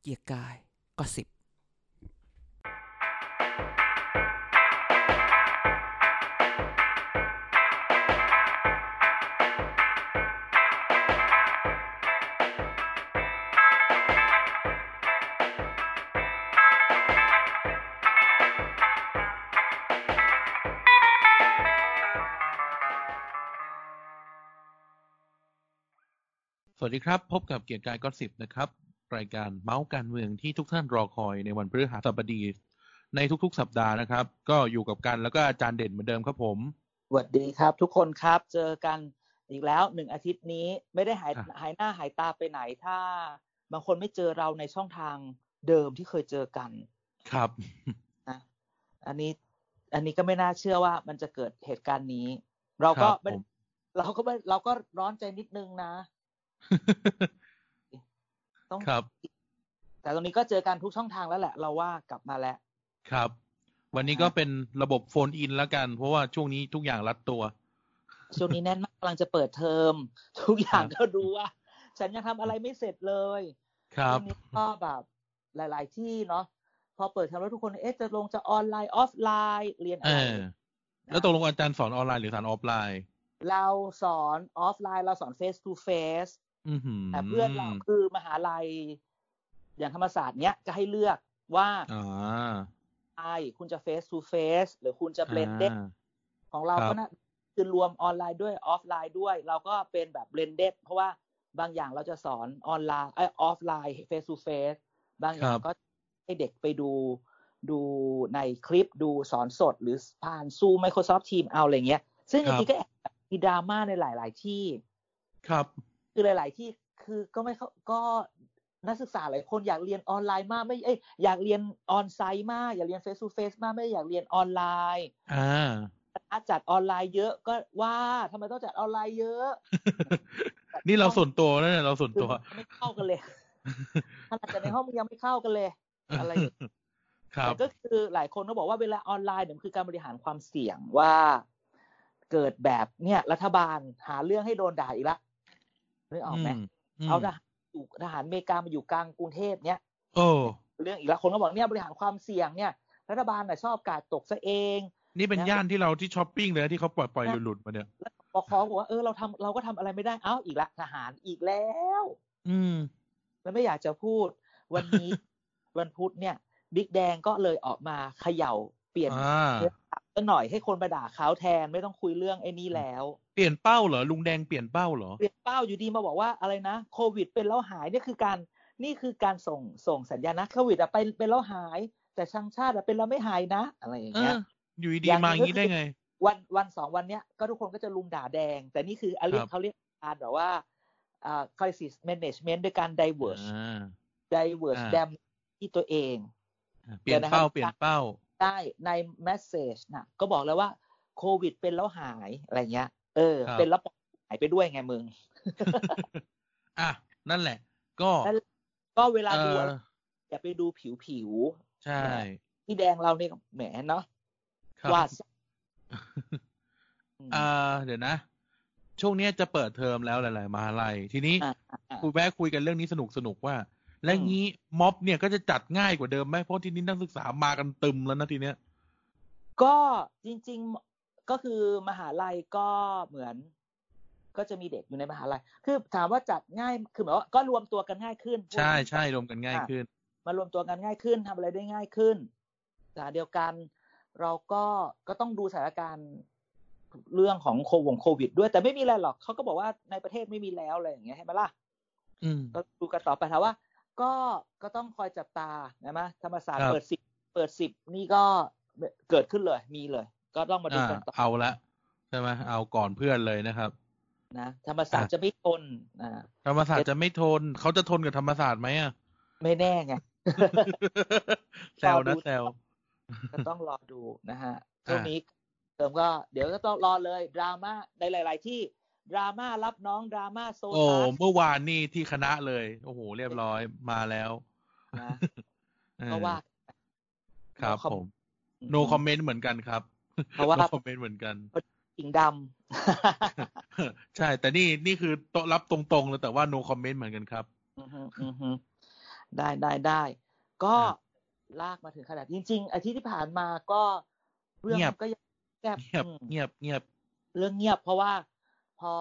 เกียร์กายก็สิบ สวัสดีครับ พบกับเกียรติกายก็สิบนะครับ รายการเมาส์การเมืองที่ทุกท่านรอคอยในวันพฤหัสบดี ในทุกๆ สัปดาห์นะครับ ก็อยู่กับกันแล้วก็อาจารย์เด่นเหมือนเดิมครับผม สวัสดีครับ ทุกคนครับเจอกันอีกแล้วหนึ่งอาทิตย์นี้ไม่ได้หาย ครับ หายหน้าหายตาไปไหนถ้า บางคนไม่เจอเราในช่องทางเดิมที่เคยเจอกัน ครับ นะอันนี้อันนี้ก็ไม่น่าเชื่อว่ามันจะเกิดเหตุการณ์นี้ เราคก็รับ ไม่ ผม เราก็ไม่เราก็ร้อนใจนิดนึงนะ ต้อง ครับ แต่ตอนนี้ก็เจอกันทุกช่องทางแล้วแหละ เราว่ากลับมาแล้ว ครับ วันนี้ก็เป็นระบบโฟนอินแล้วกัน เพราะว่าช่วงนี้ทุกอย่างรัดตัว ช่วงนี้แน่นมากกำลังจะเปิดเทอม ทุกอย่าง ครับ ก็ดูว่า ฉันยังทำอะไรไม่เสร็จเลย ครับ ช่วงนี้ก็แบบหลาย ๆ ที่เนาะพอเปิดเทอมแล้วทุกคนเอ๊ะจะลงจะออนไลน์ออฟไลน์เรียนอะ เอ ไร อ แล้วตกลงอาจารย์สอนออนไลน์หรือสอนออฟไลน์ เราสอนออฟไลน์เราสอน face to face อือหือ แต่เพื่อนเราคือมหาลัย อย่างธรรมศาสตร์เนี้ยก็ให้เลือกว่า อ่า ไอคุณจะ face to face หรือคุณจะ blended อ่า ของเรา ครับ ก็นะคือรวมออนไลน์ด้วยออฟไลน์ด้วย เราก็เป็นแบบ blended เพราะว่าบางอย่างเราจะสอนออนไลน์ไอออฟไลน์ face to face บางอย่างก็ให้เด็กไปดูดูในคลิปดูสอนสดหรือผ่านซู Microsoft Team เอาอะไรเงี้ย ซึ่ง ครับ อันนี้ก็แอบมีดราม่าในหลาย ๆ ที่ ครับ คือหลาย ๆ ที่คือก็ไม่เข้าก็นักศึกษาหลายคนอยากเรียนออนไลน์มากไม่เอ้ยอยากเรียนออนไซต์มาก อยากเรียน face to face มากไม่ได้อยากเรียนออนไลน์ อ่า อาจัดออนไลน์เยอะก็ว่าทำไมต้องจัดออนไลน์เยอะ นี่เราส่วนตัวนะเนี่ยเราส่วน คือ ตัว ไม่เข้ากั นเลยขนาดจัดในห้องมึงยังไม่เข้ากันเลย อะไร ครับ แต่ก็คือหลายคนก็บอกว่าเวลาออนไลน์เนี่ยมันคือการบริหารความเสี่ยงว่า เกิดแบบเนี่ยรัฐบาลหาเรื่องให้โดนด่าอีกละนึกออกไหม ม เอาทหารอยู่ทหารอเมริกามาอยู่กลางกรุงเทพเนี่ย โอ้ เรื่องอีกละคนก็บอกเนี่ยบริหารความเสี่ยงเนี่ย รัฐบาลน่ะชอบกาดตกซะเอง นี่เป็น นะ ย่านที่เราที่ช้อปปิ้งเลยนะที่เขาปล่อยปล่อยหลุดๆมาเนี่ย แล้วปคอบอกว่าเออเราทำเราก็ทำอะไรไม่ได้เอ้าอีกละทหารอีกแล้ว อืม แล้วไม่อยากจะพูดวันนี้ วันพุธเนี่ยบิ๊กแดงก็เลยออกมาเขย่าเปลี่ยน อ่า เนื้อหาซะหน่อยให้คนมาด่าเขาแทนไม่ต้องคุยเรื่องไอ้นี่แล้ว เปลี่ยนเป้าเหรอ ลุงแดงเปลี่ยนเป้าเหรอ เปลี่ยนเป้าอยู่ดีมาบอกว่าอะไรนะโควิด เป็นแล้วหายเนี่ยคือการนี่คือการส่งส่งสัญญาณนะโควิดอะไปเป็นแล้วหาย แต่ช่างชาติอะเป็นแล้วไม่หายนะ อะไรอย่าง เอ เงี้ย อ อยู่ดี อย่าง ๆมาอย่างนี้นี้ก็ ได้ คือ ไง วันวันสองวันเนี้ยก็ทุกคนก็จะลุมด่าแดง แต่นี่คืออะเรีย ครั ก บ เขาเรียกการแบบว่าอ่า crisis management โดยการ diverge อ่า diverge อ่า ดมที่ตัวเอง เปลี่ยนเป้า เดี๋ยวนะครับ เปลี่ยนเป้า ได้ในแมสเซจนะก็บอกแล้วว่าโควิดเป็นแล้วหายอะไรเงี้ย เออ ครับ เป็นแล้วหายไปด้วยไงมึง อ่ะ นั่นแหละ ก็ นั่นแหละ ก็เวลา เอ ดู อ อย่าไปดูผิวผิว ใช่ ๆที่แดงเราเนี่ยแหมเนาะ ครับ วาดซะอืม อ่า เดี๋ยวนะ ช่วงเนี้ยจะเปิดเทอมแล้วหลาย ๆ มหาลัย ทีนี้ อ่าอ่า คุยแวะคุยกันเรื่องนี้สนุกสนุกๆว่า และงี้ม็อบเนี่ยก็จะจัดง่ายกว่าเดิมไหมเพราะที่นี้นักศึกษามากันตึมแล้วนะทีเนี้ย ก็จริงๆก็คือมหาลัยก็เหมือน ก็จะมีเด็กอยู่ในมหาลัย คือถามว่าจัดง่ายคือหมายว่าก็รวมตัวกันง่ายขึ้น ใช่ใช่รวมกันง่ายขึ้น มารวมตัวกันง่ายขึ้นทำอะไรได้ง่ายขึ้นแต่เดียวกัน เราก็ก็ต้องดูสถานการณ์เรื่องของโควงโควิด ด้วยแต่ไม่มีอะไรหรอกเขาก็บอกว่าในประเทศไม่มีแล้วอะไรอย่างเงี้ยใช่ไหมล่ะ อืม ก็ดูกันต่อไปถามว่า ก็ก็ต้องคอยจับตานะมะธรรมศาสตร์ ครับ เปิดสิบเปิดสิบนี่ก็เกิดขึ้นเลยมีเลย ก็ต้องมาดู อ่า กันต่อ เอาละใช่ไหมเอาก่อนเพื่อนเลยนะครับ นะธรรมศาสตร์จะไม่ทนอ่า ธรรมศาสตร์จะไม่ทน เขาจะทนกับธรรมศาสตร์ไหม อ่ะ ไม่แน่ไง แซวนะ รอดู แซว ก็ต้องรอดูนะฮะ อ่า ช่วงนี้เติมก็เดี๋ยวก็ต้องรอเลยดราม่าในหลาย ๆ ที่ดราม่ารับน้องดราม่าโซ โอ้ ตัส เมื่อวานนี่ที่คณะเลย โอ้โห เรียบร้อยมาแล้ว นะ เออ ก็ว่า ครับ ขอบ ผม no comment เหมือนกันครับ เพราะว่า no comment เหมือนกัน สิงด ำ ใช่ แต่นี่นี่คือโต๊ะรับตรงๆเลยแต่ว่า no comment เหมือนกันครับ อือฮึอือฮึ ได้ได้ได้ก็ ครับ ลากมาถึงขนาดจริง ๆ อาทิตย์ที่ผ่านมาก็เรื่อง เงียบ มันก็ยังแซ่บ เงียบ อืม เงียบเงียบ เรื่องเงียบเพราะว่าพอ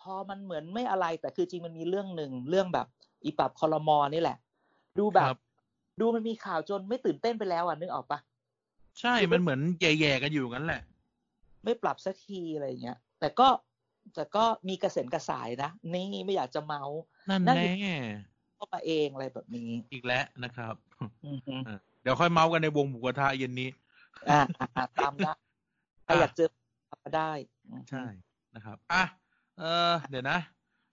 พอมันเหมือนไม่อะไร แต่คือจริงมันมีเรื่องหนึ่งเรื่องแบบ อีปรับคอรมอนี่แหละ ดูแบ ครับ บ ดูมันมีข่าวจนไม่ตื่นเต้นไปแล้วอ่ะนึกออกปะ ใช่มันเหมือนแย่ๆกันอยู่งั้นแหละ ไม่ปรับสักทีอะไรอย่างเงี้ยแต่ก็แต่ก็มีกระเซ็นกระสายนะนี่ไม่อยากจะเมาส์ นั่น นั่น แน่ ดิ เข้ามาเองอะไรแบบนี้ อีกแล้วนะครับ อือฮึ เดี๋ยวค่อยเมาส์กันในวงหมูกระทะเย็นนี้ อ่าอ่าอ่าตามได้ใครอยากเจอมาได้อือฮึ ใช่นะครับอ่ะเออเดี๋ยวนะ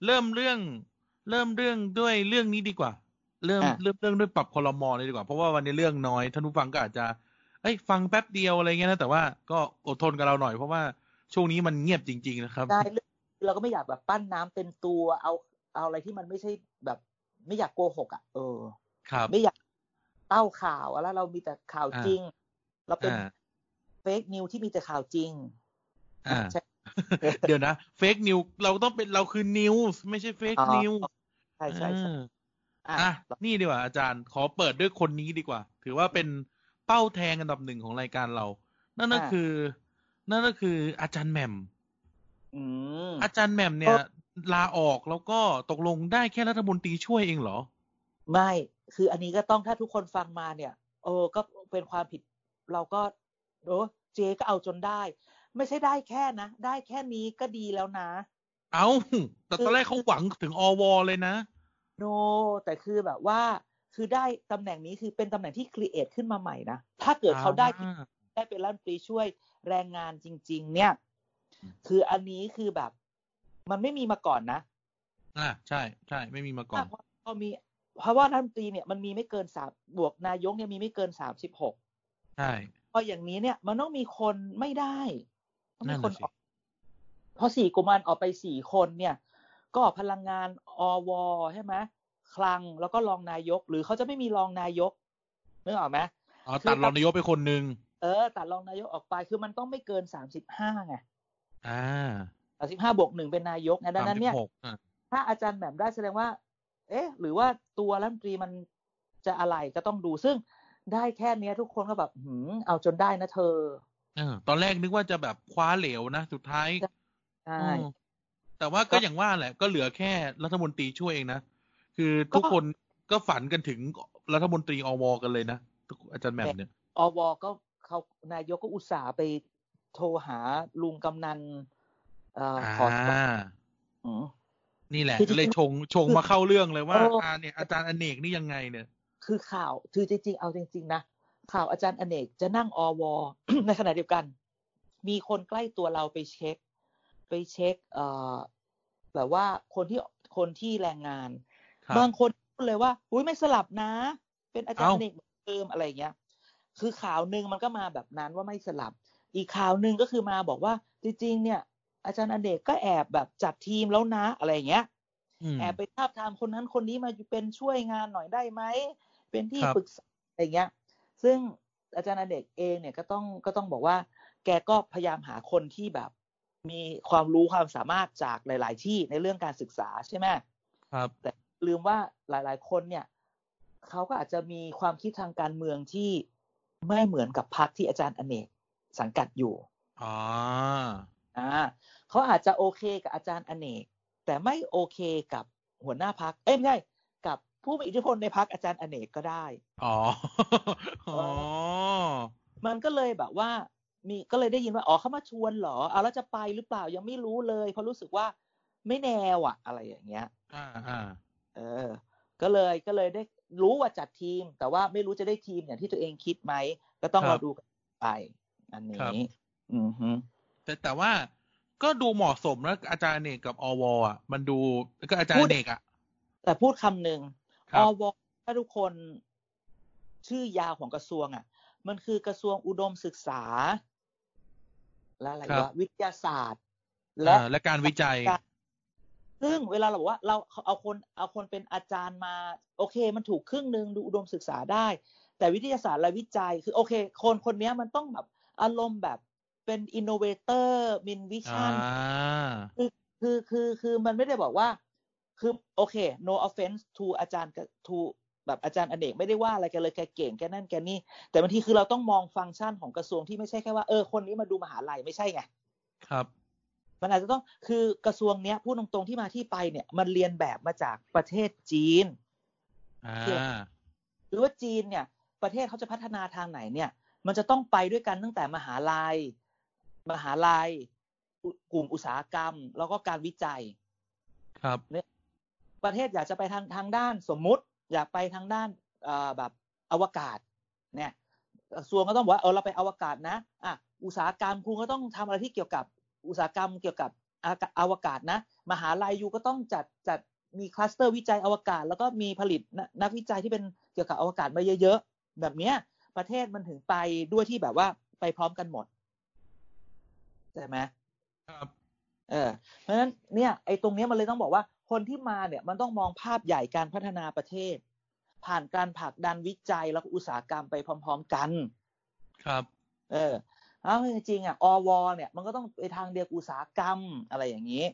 เริ่มเรื่อง เริ่มเรื่องด้วยเรื่องนี้ดีกว่า เริ่มเริ่มเรื่องด้วยปรับคอรมอเลยดีกว่า เพราะว่าวันนี้เรื่องน้อยท่านผู้ฟังก็อาจจะ เอ้ยฟังแป๊บเดียวอะไรเงี้ยนะ แต่ว่าก็อดทนกับเราหน่อยเพราะว่าช่วงนี้มันเงียบจริง ๆ นะครับ ได้เรื่องเราก็ไม่อยากแบบปั้นน้ำเป็นตัวเอาเอาอะไรที่มันไม่ใช่แบบ ไม่อยากโกหกอ่ะเออ ครับ ไม่อยากเต้าข่าวแล้วเรามีแต่ข่าว อ่า จริง เราเป็น อ่า เฟกนิวที่มีแต่ข่าวจริง อ่า ใช่ เดี๋ยวนะเฟกนิวเราต้องเป็นเราคือนิวส์ไม่ใช่เฟก อ๋อ นิว ใช่ใช่ใช่ อ่า อ่ะ อ่ะนี่ดีกว่าอาจารย์ขอเปิดด้วยคนนี้ดีกว่า ถือว่าเป็นเป้าแทงอันดับหนึ่งของรายการเรา นั่นก็คือ นั่นก็คืออาจารย์แหม่ม อืม อาจารย์แหม่มเนี่ย ก็ ลาออกแล้วก็ตกลงได้แค่รัฐมนตรีช่วยเองเหรอ ไม่คืออันนี้ก็ต้องถ้าทุกคนฟังมาเนี่ยโอ้ก็เป็นความผิด เราก็โอ้เจก็เอาจนได้ ไม่ใช่ได้แค่นะ ได้แค่นี้ก็ดีแล้วนะ เอา้าแต่ตอนแรกเขาหวังถึงอวเลยนะ โน แต่คือแบบว่า คือได้ตำแหน่งนี้คือเป็นตำแหน่งที่ครีเอทขึ้นมาใหม่นะ ถ้าเกิดเขาได้ ได้เป็นรัฐมนตรีช่วยแรงงานจริง ๆ เนี่ย อืม คืออันนี้คือแบบ มันไม่มีมาก่อนนะ อ่าใช่ใช่ไม่มีมาก่อน เพราะเพราะมี เพราะว่ารัฐมนตรีเนี่ยมันมีไม่เกินสามบวกนายกเนี่ยมีไม่เกินสามสิบหก ใช่ พออย่างนี้เนี่ย มันต้องมีคนไม่ได้ต้องมีคน นั่นน่ะสิ ออกเพราะสี่กุมารออกไปสี่คนเนี่ย ก็พลังงานอวใช่ไหมคลังแล้วก็รองนายก หรือเขาจะไม่มีรองนายกนึกออกไหม อ๋อตัดรองนายกไปคนหนึ่ง เออตัดรองนายกออกไปคือมันต้องไม่เกินสามสิบห้าไง อ่า สามสิบห้าบวกหนึ่งเป็นนายกนะดั สาง ม นั้น สิ เนี่ย บหกอ่ะ ถ้าอาจารย์แหม่มได้แสดงว่า เอ๊ะ หรือว่าตัวรัฐมนตรีมันจะอะไรก็ต้องดู ซึ่งได้แค่เนี้ยทุกคนก็แบบหืมเอาจนได้นะเธอ เออตอนแรกนึกว่าจะแบบคว้าเหลวนะสุดท้าย ใช่ อืมแต่ว่าก็อย่างว่าแหละ ก็เหลือแค่รัฐมนตรีช่วยเองนะ คือทุกคนก็ฝันกันถึงรัฐมนตรีอวกันเลยนะอาจารย์แหม่มเนี่ย อวก็เขานายกก็อุตส่าห์ไปโทรหาลุงกำนันเอ่อขอ อ่า อืม นี่แหละ คือจริงๆ ก็เลยชงชงมาเข้าเรื่องเลยว่า เอออ่ อ่าเนี่ยอาจารย์อเนกนี่ยังไงเนี่ย คือข่าวคือจริงๆ เอาจริง ๆ นะ ข่าวอาจารย์อเนกจะนั่งอว ในขณะเดียวกัน มีคนใกล้ตัวเราไปเช็ค ไปเช็ค เอ่อแบบว่าคนที่คนที่แรงงาน ครับ บางคนพูดเลยว่า อุ้ยไม่สลับนะ เป็นอาจารย์อเนกเหมือนเดิมอะไรอย่างเงี้ย คือข่าวหนึ่งมันก็มาแบบนั้นว่าไม่สลับ อีกข่าวหนึ่งก็คือมาบอกว่า จริง ๆ เนี่ย อาจารย์อเนกก็แอบแบบจัดทีมแล้วนะอะไรอย่างเงี้ย อืม แอบไปทาบทามคนนั้นคนนี้มาเป็นช่วยงานหน่อยได้ไหม เป็นที่ ครับ ปรึกษาอะไรเงี้ย ซึ่งอาจารย์อเนกเองเนี่ยก็ต้องก็ต้องบอกว่า แกก็พยายามหาคนที่แบบ มีความรู้ความสามารถจากหลาย ๆ ที่ในเรื่องการศึกษาใช่ไหม ครับ แต่ลืมว่าหลาย ๆ คนเนี่ยเขาก็อาจจะมีความคิดทางการเมืองที่ไม่เหมือนกับพรรคที่อาจารย์อเนกสังกัดอยู่ อ๋อ อ่าเขาอาจจะโอเคกับอาจารย์อเนก แต่ไม่โอเคกับหัวหน้าพักเอ้ยไม่ใช่กับผู้มีอิทธิพลในพักอาจารย์อเนกก็ได้ อ๋อ อ๋อ มันก็เลยแบบว่ามีก็เลยได้ยินว่าอ๋อเขามาชวนเหรอเอาแล้วจะไปหรือเปล่ายังไม่รู้เลยเพราะรู้สึกว่าไม่แนวอะอะไรอย่างเงี้ย อ่าอ่า เออ ก็เลยก็เลยได้รู้ว่าจัดทีม แต่ว่าไม่รู้จะได้ทีมอย่างที่ตัวเองคิดไหมก็ต้องรอดูกันไป อันนี้อือฮึ แต่แต่ว่าก็ดูเหมาะสมนะอาจารย์อเนกกับอวอ่ะ มันดูก็อาจารย์อเนกอ่ะ แต่พูดคำหนึ่ง ค อ รับ วถ้าทุกคนชื่อยาวของกระทรวงอ่ะ มันคือกระทรวงอุดมศึกษา และอะไร ครับ วะวิทยาศาสตร์ และ อ่าและการวิจัย ซึ่งเวลาเราบอกว่าเราเอาคนเอาคนเป็นอาจารย์มา โอเค มันถูกครึ่งหนึ่งดูอุดมศึกษาได้ แต่วิทยาศาสตร์และวิจัย คือโอเค คนคนเนี้ยมันต้องแบบอารมณ์แบบเป็นอินโนเวเตอร์มินวิ อ่า ชั่น คือคือคือมันไม่ได้บอกว่า คือโอเค no offense to อาจารย์กับ to แบบอาจารย์อเนกไม่ได้ว่าอะไรแกันเลยแกเก่งแกนั่นแกนี่ แต่บางทีคือเราต้องมองฟังก์ชันของกระทรวงที่ไม่ใช่แค่ว่าเออคนนี้มาดูมหาลัยไม่ใช่ไง ครับ มันอาจจะต้องคือกระทรวงเนี้ยพูดตรงๆที่มาที่ไปเนี่ยมันเรียนแบบมาจากประเทศจีน อ่า หรือว่าจีนเนี่ย ประเทศเขาจะพัฒนาทางไหนเนี่ย มันจะต้องไปด้วยกันตั้งแต่มหาลายัย มหาลายัยอุกลุ่มอุตสาหกรรม แล้วก็การวิจัย ครับ ประเทศอยากจะไปทางทางด้านสมมุติ อยากไปทางด้านเอ่อแบบอวกาศเนี่ยกระทรวงก็ต้องบอกว่าเออเราไปอวกาศนะอ่ะอุตสาหกรรมคุณก็ต้องทำอะไรที่เกี่ยวกับอุตสาหกรรมเกี่ยวกับอากาอวกาศนะ มหาลัยยูก็ต้องจัดจัดมีคลัสเตอร์วิจัยอวกาศ แล้วก็มีผลิตนนักวิจัยที่เป็นเกี่ยวกับอวกาศมาเยอะๆแบบเนี้ยประเทศมันถึงไปด้วยที่แบบว่าไปพร้อมกันหมดใช่ไหม ครับ เออเพราะฉะนั้นเนี่ยไอ้ตรงเนี้ยมันเลยต้องบอกว่าคนที่มาเนี่ยมันต้องมองภาพใหญ่การพัฒนาประเทศ ผ่านการผลักดันวิจัยแล้วก็อุตสาหกรรมไปพร้อม ๆ กัน ครับ เออเอาจริงๆอ่ะอวเนี่ยมันก็ต้องไปทางเดียวกับอุตสาหกรรมอะไรอย่างนี้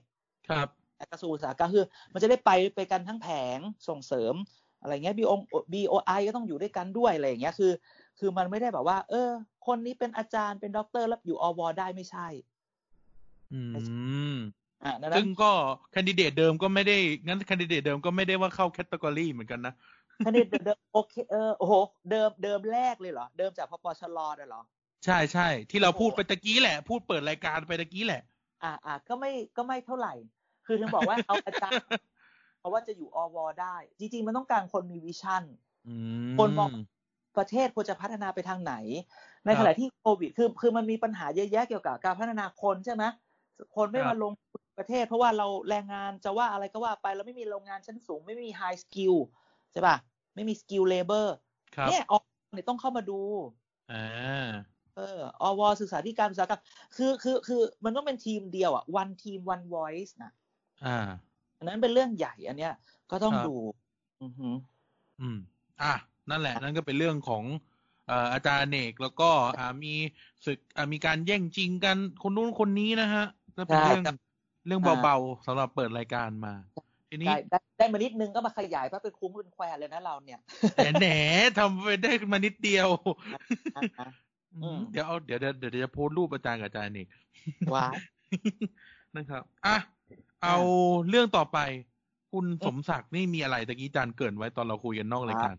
ครับ แต่กระทรวงอุตสาหกรรมคือ มันจะได้ไปไปกันทั้งแผงส่งเสริมอะไรเงี้ยบีองบีโอไอก็ต้องอยู่ด้วยกันด้วยอะไรอย่างเงี้ยคือ คือมันไม่ได้แบบว่า เออ คนนี้เป็นอาจารย์เป็นด็อกเตอร์แล้วอยู่อวได้ไม่ใช่ อืม อ่าดังนั้ ซึ่ น งก็แคนดิเดตเดิมก็ไม่ได้ งั้นแคนดิเดตเดิมก็ไม่ได้ว่าเข้าแคตตากรีเหมือนกันนะ คะแนนเดิมโอเคเออโอ้โหเดิมเดิมแรกเลยเหรอ เดิมจากพปชรเลยเหรอ ใช่ใช่ ที่เราพูดไปตะกี้แหละ พูดเปิดรายการไปตะกี้แหละ อ่าอ่าก็ไม่ก็ไม่เท่าไหร่ คือถึงบอกว่า เอาอาจารย์ เพราะว่าจะอยู่อวได้ จริง ๆ มันต้องการคนมีวิชั่น อืม คนมอง ประเทศควรจะพัฒนาไปทางไหนคในรับ ขณะที่โควิดคือคือมันมีปัญหาเยอะแยะเกี่ยวกับการพัฒนาคนใช่ไหมคนคไม่รับ มาลงทุนประเทศ เพราะว่าเราแรงงานจะว่าอะไรก็ว่าไปเราไม่มีโรงงานชั้นสูง ไม่มีไฮสกิลใช่ป่ะไม่มีสกิลเลเบอร์ ครับ เนี่ยออกเนี่ยต้องเข้ามาดู อ่า เอออวศึกษาธิการอุตสาหกรรมคือคือคือมันต้องเป็นทีมเดียวอ่ะ one team one voice นะ อ่า อันนั้นเป็นเรื่องใหญ่อันเนี้ย ก็ต้อง ครับ ดู อือหือ อืม อ่ะ นั่นแหละ นั่นก็เป็นเรื่องของเอ่ออาจารย์เนกแล้วก็อ่ามีศึกอ่ามีการแย่งจริงกันคนนู้นคนนี้นะฮะก็เป็น ใช่ เรื่อง ครับ เรื่องเบาๆสำหรับเปิดรายการมา ทีนี้ ได้ได้ได้มานิดนึงก็มาขยายเพราะเป็นคุ้มเป็นแควเลยนะเราเนี่ย แหนแหน ทำไปได้ขึ้นมานิดเดียว อ่ะ อืม เดี๋ยวเอาเดี๋ยวเดี๋ยวเดี๋ยวจะโพสต์รูปอาจารย์กับอาจารย์เนก ว้าว นะครับ อ่ะ เอาเรื่องต่อไป คุณสมศักดิ์นี่มีอะไรตะกี้อาจารย์เกรินไว้ตอนเราคุยกันนอกรายการ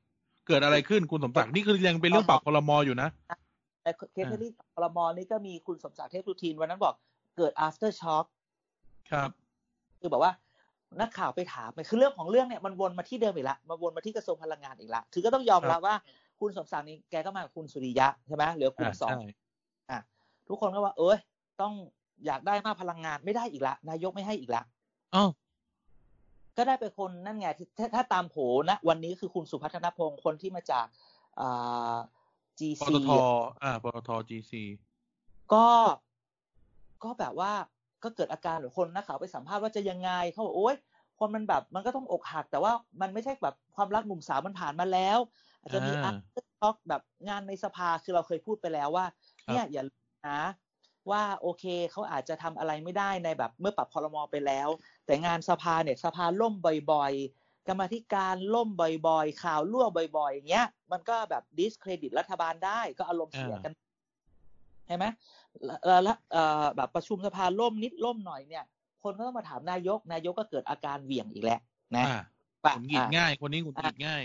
เกิดอะไรขึ้นคุณสมศักดิ์นี่คือยังเป็นเรื่องปรับพลมอยู่นะ แต่เคสที่พลมอนี่ก็มีคุณสมศักดิ์เทพรุทีนวันนั้นบอกเกิด after shock ครับ คือแบบว่านักข่าวไปถามมันคือเรื่องของเรื่องเนี่ยมันวนมาที่เดิมอีกละมาวนมาที่กระทรวงพลังงานอีกละถือก็ต้องยอมรับว่า คุณสมศักดิ์นี่แกก็มากับคุณสุริยะใช่ไหมเหลือกลุ่ อ่าม สอง ใช่ ทุกคนก็ว่า เอ้ย ต้องอยากได้มากพลังงานไม่ได้อีกละ นายกไม่ให้อีกละ อ้าว ก็ได้ไปคนนั่นไงที่ถ้าถ้าตามโผล่นะ วันนี้คือคุณสุพัฒนพงศ์คนที่มาจากอ่า ป GC ตท อ่า ปตท GC ก็ก็แบบว่าก็เกิดอาการหรือคนนักข่าวไปสัมภาษณ์ว่าจะยังไงเขาบอกโอ๊ยคนมันแบบมันก็ต้องอกหัก แต่ว่ามันไม่ใช่แบบความรักหนุ่มสาวมันผ่านมาแล้ว อาจจะมีอั อ่า พท็อกแบบงานในสภาคือเราเคยพูดไปแล้วว่า ครับ เนี่ยอย่าลืมนะว่าโอเคเขาอาจจะทำอะไรไม่ได้ในแบบเมื่อปรับพรมไปแล้ว แต่งานสภาเนี่ยสภาล่มบ่อยๆ กรรมาธิการล่มบ่อยๆ ข่าวรั่วบ่อยๆอย่างเงี้ยมันก็แบบดิสเครดิตรัฐบาลได้ก็อารมณ์เสียกัน ใช่ไหมแล้วแล้วเอ่อแบบประชุมสภาล่มนิดล่มหน่อยเนี่ย คนก็ต้องมาถามนายก นายกก็เกิดอาการเหวี่ยงอีกแล้วนะ อ่า ปะ หงุดหงิด อ่ะ ง่าย คนนี้หงุดหงิดง่าย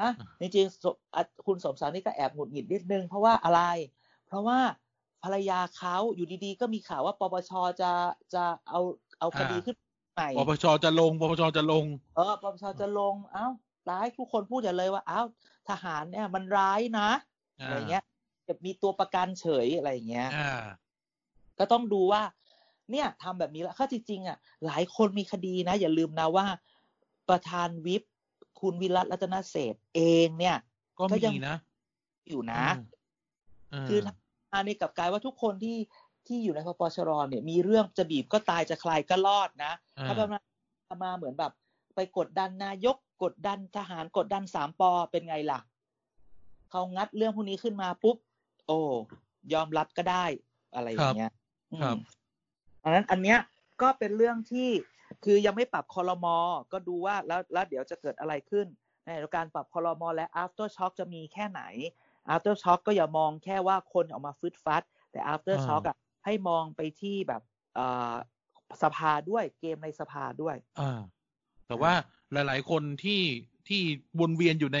นะจริงๆสอ่ะคุณสมศักดิ์นี่ก็แอบหงุดหงิดนิดนึง เพราะว่าอะไร เพราะว่าภรรยาเขาอยู่ดีๆ ก็มีข่าวว่าปปชจะจะเอาเอาคดี อ่า ขึ้นใหม่ ปปชจะลง ปปชจะลง เออปปชจะลงเอ้าร้ายทุกคนพูดอย่างเลยว่าเอ้าทหารเนี่ยมันร้ายนะ อ่า อะไรเงี้ยจะมีตัวประกันเฉยอะไรอย่างเงี้ย อ่า ก็ต้องดูว่า เนี่ยทำแบบนี้แล้วถ้าจริงๆอ่ะหลายคนมีคดีนะ อย่าลืมนะว่า ประธานวิปคุณวิรัตรัตนเศรษฐ์เองเนี่ย ก็ ก็ยั มี ง นะ อยู่นะ อ่า คือถ้า อันนี้กลับกลายว่าทุกคนที่ที่อยู่ในพปชรเนี่ยมีเรื่องจะบีบก็ตายจะคลายก็รอดนะ อ่า ถ้าประมาณมาเหมือนแบบ ไปกดดันนายก กดดันทหารกดดันสามปอเป็นไงล่ะเขางัดเรื่องพวกนี้ขึ้นมาปุ๊บ โอ้ยอมรับก็ได้อะไรอย่างเงี้ยอืม ครับ อันนั้นอันเนี้ยก็เป็นเรื่องที่คือยังไม่ปรับคอรมอก็ดูว่าแล้วแล้วเดี๋ยวจะเกิดอะไรขึ้น ในขณะเดียวกันปรับคอรมอและ after shock จะมีแค่ไหน after shock ก็อย่ามองแค่ว่าคนออกมาฟึดฟัด แต่ after shock อะให้มองไปที่แบบเอ่อสภาด้วยเกมในสภาด้วย อ่า แต่ว่าหลาย ๆ คนที่ที่วนเวียนอยู่ใน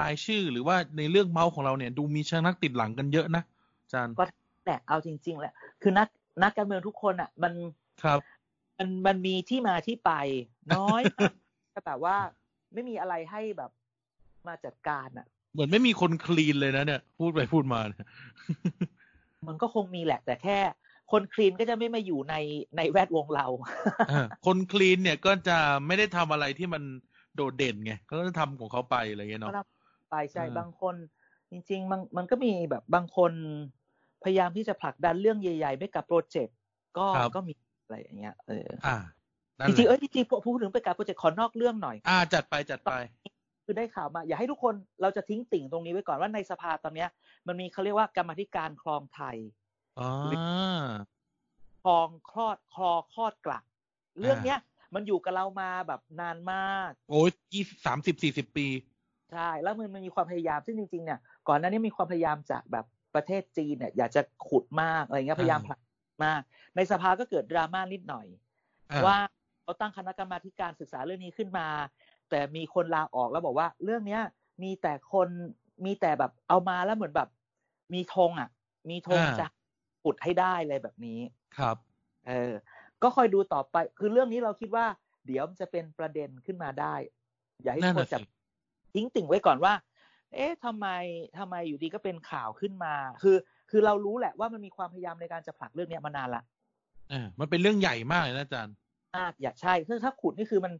รายชื่อ หรือว่าในเรื่องเมาส์ของเราเนี่ย ดูมีชนักติดหลังกันเยอะนะอาจารย์ ก็ แต่เอาจริง ๆ แหละ คือนักนักการเมืองทุกคนอ่ะ มัน ครับ มันมันมีที่มาที่ไป น้อย แต่แบบว่า ไม่มีอะไรให้แบบมาจัดการอ่ะ เหมือนไม่มีคนคลีนเลยนะเนี่ย พูดไปพูดมาเนี่ย มันก็คงมีแหละ แต่แค่ คนคลีนก็จะไม่มาอยู่ในในแวดวงเรา อ่าคนคลีนเนี่ยก็จะไม่ได้ทำอะไรที่มันโดดเด่นไงเขาก็จะทำของเขาไปอะไรอย่างเงี้ยเนาะ ก็รับไปใช่ อ่า บางคน จริง ๆ มันมันก็มีแบบบางคนพยายามที่จะผลักดันเรื่องใหญ่ๆไปกับโปรเจกต์ก็ก็มีอะไรอย่างเงี้ยเออ อ่านั่น จ แห ริละงๆเอ้ยจริงๆพอพูดถึงไปกับโปรเจกต์ขอนอกเรื่องหน่อย อ่าจัดไปจัดไป คือได้ข่าวมา อย่าให้ทุกคนเราจะทิ้งติ่งตรงนี้ไว้ก่อนว่าในสภาตอนเนี้ย มันมีเขาเรียกว่ากรรมาธิการคลองไทย อ๋อ คลองคลอดคลอคลอดกลัก เรื่องเนี้ย มันอยู่กับเรามาแบบนานมาก โอ้ยยี่สามสิบสี่สิบปี ใช่แล้วมันมันมีความพยายามซึ่งจริงๆเนี่ยก่อนหน้านี้มีความพยายามจากแบบประเทศจีนเนี่ยอยากจะขุดมากอะไรเงี้ย อ่า พยายามผลักมาก ในสภาก็เกิดดราม่านิดหน่อย อ่ะ ว่าเขาตั้งคณะกรรมาธิการศึกษาเรื่องนี้ขึ้นมา แต่มีคนลาออกแล้วบอกว่า เรื่องเนี้ยมีแต่คนมีแต่แบบเอามาแล้วเหมือนแบบ มีธงอ่ะ มีธงจะขุดให้ได้อะไรแบบนี้ ครับ เออ ก็คอยดูต่อไป คือเรื่องนี้เราคิดว่า เดี๋ยวมันจะเป็นประเด็นขึ้นมาได้ อย่าให้ นั่น คน น่ะ จับ สิ ทิ้งติ่งไว้ก่อนว่า เอ๊ะทำไมทำไมอยู่ดีก็เป็นข่าวขึ้นมา คือ คือเรารู้แหละว่ามันมีความพยายามในการจะผลักเรื่องเนี้ยมานานละ อ่ามันเป็นเรื่องใหญ่มากเลยนะอาจารย์ มากอย่าใช่ถ้าถ้าขุดนี่คือมัน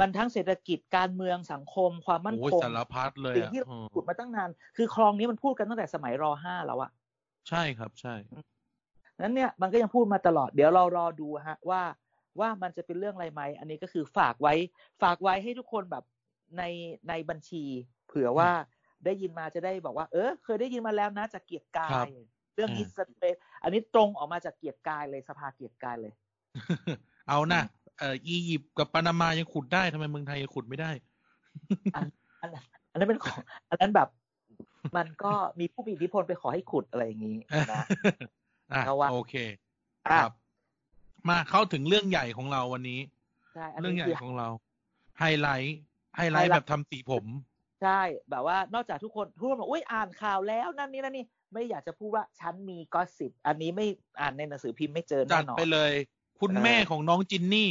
มันทั้งเศรษฐกิจการเมืองสังคม ความมั่น โอ้ย คง สารพัดเลย สิ่ง อ่ะ ที่เรา อืม ขุดมาตั้งนาน คือคลองนี้มันพูดกันตั้งแต่สมัยรห้าแล้วอะ ใช่ครับ ใช่ นั้นเนี่ยมันก็ยังพูดมาตลอดเดี๋ยวเรารอดูฮะว่าว่ามันจะเป็นเรื่องอะไรไหม อันนี้ก็คือฝากไว้ ฝากไว้ให้ทุกคนแบบในในบัญชี เผื่อว่าได้ยินมาจะได้บอกว่า เออ เคยได้ยินมาแล้วนะจากเกียรติกา ครั ย บ เรื่อง อืม อิสเปซอันนี้ตรงออกมาจากเกียรติกายเลยสภาเกียรติกายเลย เอานะเอ่ออียิปต์กับปานามายังขุดได้ทำไมเมืองไทยยังขุดไม่ได้ อันนั้นเป็น ของ อันนั้นแบบมันก็มีผู้มีอิทธิพลไปขอให้ขุดอะไรอย่างนี้นะ อ่ะ เอาวะ โอเค ค อ่ะ รับ มาเข้าถึงเรื่องใหญ่ของเราวันนี้ ใช่อัน เรื่อง นี้ ใหญ่ คือ ของเรา ไฮไลท์ ไฮไลท์ highlight แบบทำสีผม ใช่แบบว่านอกจากทุกคนทุกคนบอกอุ้ยอ่านข่าวแล้วนั่นนี่นั่นนี่ไม่อยากจะพูดว่าฉันมีก็สิบอันนี้ไม่อ่านในหนังสือพิมพ์ไม่เจอ จั แน่ ด นอน ไปเลย คุณแม่ของน้องจินนี่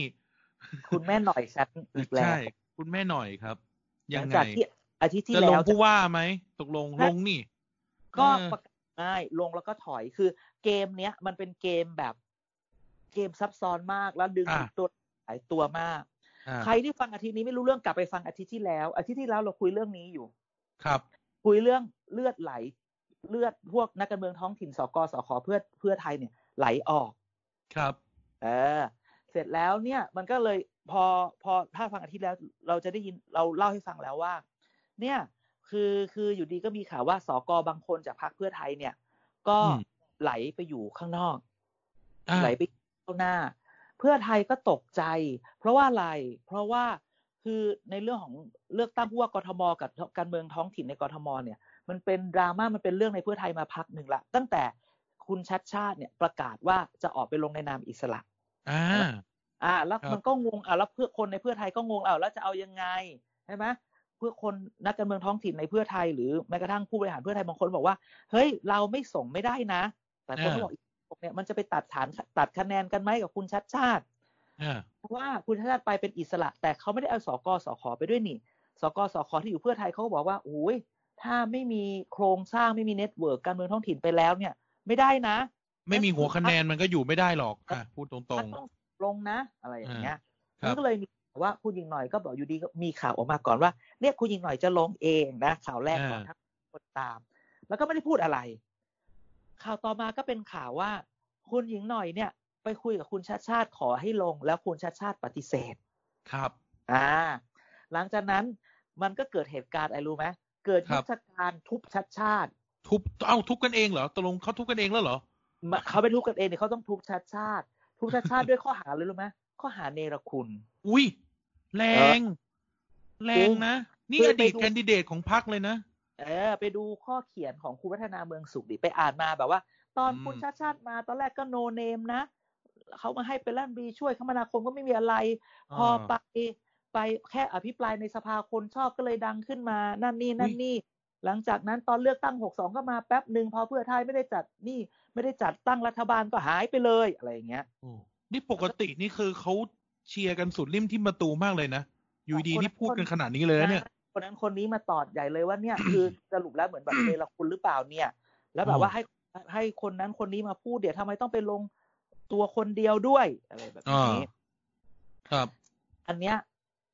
คุณแม่หน่อยฉันอีกแล้ ใช่ ว คุณแม่หน่อยครับ ห ยั ลั ง ง ไง จากที่อาทิตย์ที่ จะล แล้ ง ว ผู้ว่าไหม ตกลงลฮะงนี่ ก็ เออ ประกาศง่ายลงแล้วก็ถอยคือเกมเนี้ย มันเป็นเกมแบบเกมซับซ้อนมากแล้วดึง อ่ะ ตัวหลายตัวมาก อ่า ใครที่ฟังอาทิตย์นี้ไม่รู้เรื่องกลับไปฟังอาทิตย์ที่แล้ว อาทิตย์ที่แล้วเราคุยเรื่องนี้อยู่ ครับ คุยเรื่องเลือดไหล เลือดพวกนักการเมืองท้องถิ่นสกสขเพื่อเพื่อไทยเนี่ย ไหลออก ครับ เออ เสร็จแล้วเนี่ยมันก็เลยพอพอถ้าฟังอาทิตย์แล้วเราจะได้ยินเราเล่าให้ฟังแล้วว่า เนี่ยคือคืออยู่ดีก็มีข่าวว่าสกบางคนจากพรรคเพื่อไทยเนี่ย ก็ อืม ไหลไปอยู่ข้างนอก อ่า ไหลไปข้างหน้า เพื่อไทยก็ตกใจ เพราะว่าอะไร เพราะว่าคือในเรื่องของเลือกตั้งผู้ว่ากทมกับการเมืองท้องถิ่นในกทมเนี่ย มันเป็นดราม่ามันเป็นเรื่องในเพื่อไทยมาพักหนึ่งละตั้งแต่คุณชัดชาติเนี่ยประกาศว่าจะออกไปลงในนามอิสระ อ่า อ่าแล้ว ครับ มันก็งงอ่าแล้วเพื่อคนในเพื่อไทยก็งงอ่าแล้วจะเอายังไงใช่ไหมเพื่อคนนักการเมืองท้องถิ่นในเพื่อไทยหรือแม้กระทั่งผู้บริหารเพื่อไทยบางคนบอกว่า เฮ้ย เราไม่ส่งไม่ได้นะ แต่คนก็บอกอีกเนี่ยมันจะไปตัดฐานตัดคะแนนกันไหมกับคุณชัดชาติ อ่า เพราะว่าคุณชาติชาติไปเป็นอิสระ แต่เขาไม่ได้เอาสกสขไปด้วยนี่สกสขที่อยู่เพื่อไทยเขาก็บอกว่าโอ้ยถ้าไม่มีโครงสร้างไม่มีเน็ตเวิร์กการเมืองท้องถิ่นไปแล้วเนี่ย ไม่ได้นะ ไม่มีหัวคะแนนมันก็อยู่ไม่ได้หรอก อ่ะพูดต พั ร ก ง ต้องลงนะอะไรอย่างเงี้ย อ่าครับ มันก็เลยมีข่าวว่าคุณหญิงหน่อยก็บอกอยู่ดีก็มีข่าวออกมาก่อนว่าเนี่ยคุณหญิงหน่อยจะลงเองนะข่าวแรกก่อนทั้งคนตาม แล้วก็ไม่ได้พูดอะไร ข่าวต่อมาก็เป็นข่าวว่า คุณหญิงหน่อยเนี่ย ไปคุยกับคุณชาติชาติขอให้ลง แล้วคุณชาติชาติปฏิเสธ ๆ ครับ อ่า หลังจากนั้นมันก็เกิดเหตุการณ์อะไรรู้ไหมเกิด ครั ยุ บ ทธการทุบชาติชาติ ทุบ เอ้าทุบกันเองเหรอ ตกลงเขาทุบกันเองแล้วเหรอ มาเขาไปทุบกันเองเนี่ยเขาต้องทุบชาติชาติ ทุบชาติชาติด้วยข้อหาเลยรู้ไหมข้อหาเนรคุณ อุ้ย แรง แรงนะ นี่อดีตแคนดิเดตของพรรคเลยนะ เออ ไปดูข้อเขียนของคุณวัฒนาเมืองสุขดิไปอ่านมาแบบว่า ตอน อืม คุณชาติชาติมาตอนแรกก็โนเนมนะเขามาให้เป็นรัฐมนตรีช่วยคมนาคมก็ไม่มีอะไร พอไปไปแค่อภิปรายในสภาคนชอบก็เลยดังขึ้นมานั่นนี่นั่นนี่ หลังจากนั้นตอนเลือกตั้งหกสองก็มาแป๊บหนึ่งพอเพื่อไทยไม่ได้จัดนี่ ไม่ได้จัดตั้งรัฐบาลก็หายไปเลยอะไรอย่างเงี้ย โอ้นี่ปกตินี่คือเขาเชียร์กันสุดริมที่ประตูมากเลยนะ อยู่ดี คนละ นี่พูดกันขนาดนี้เลยนะเนี่ย คนนั้นคนนี้มาตอดใหญ่เลยว่าเนี่ย คือสรุปแล้วเหมือนแบบเนรคุณหรือเปล่าเนี่ย แล้วแบ อื บ ม ว่าให้ให้คนนั้นคนนี้มาพูดเดี๋ยวทำไมต้องไปลงตัวคนเดียวด้วยอะไรแบบ อ่า นี้ ครับ อันเนี้ย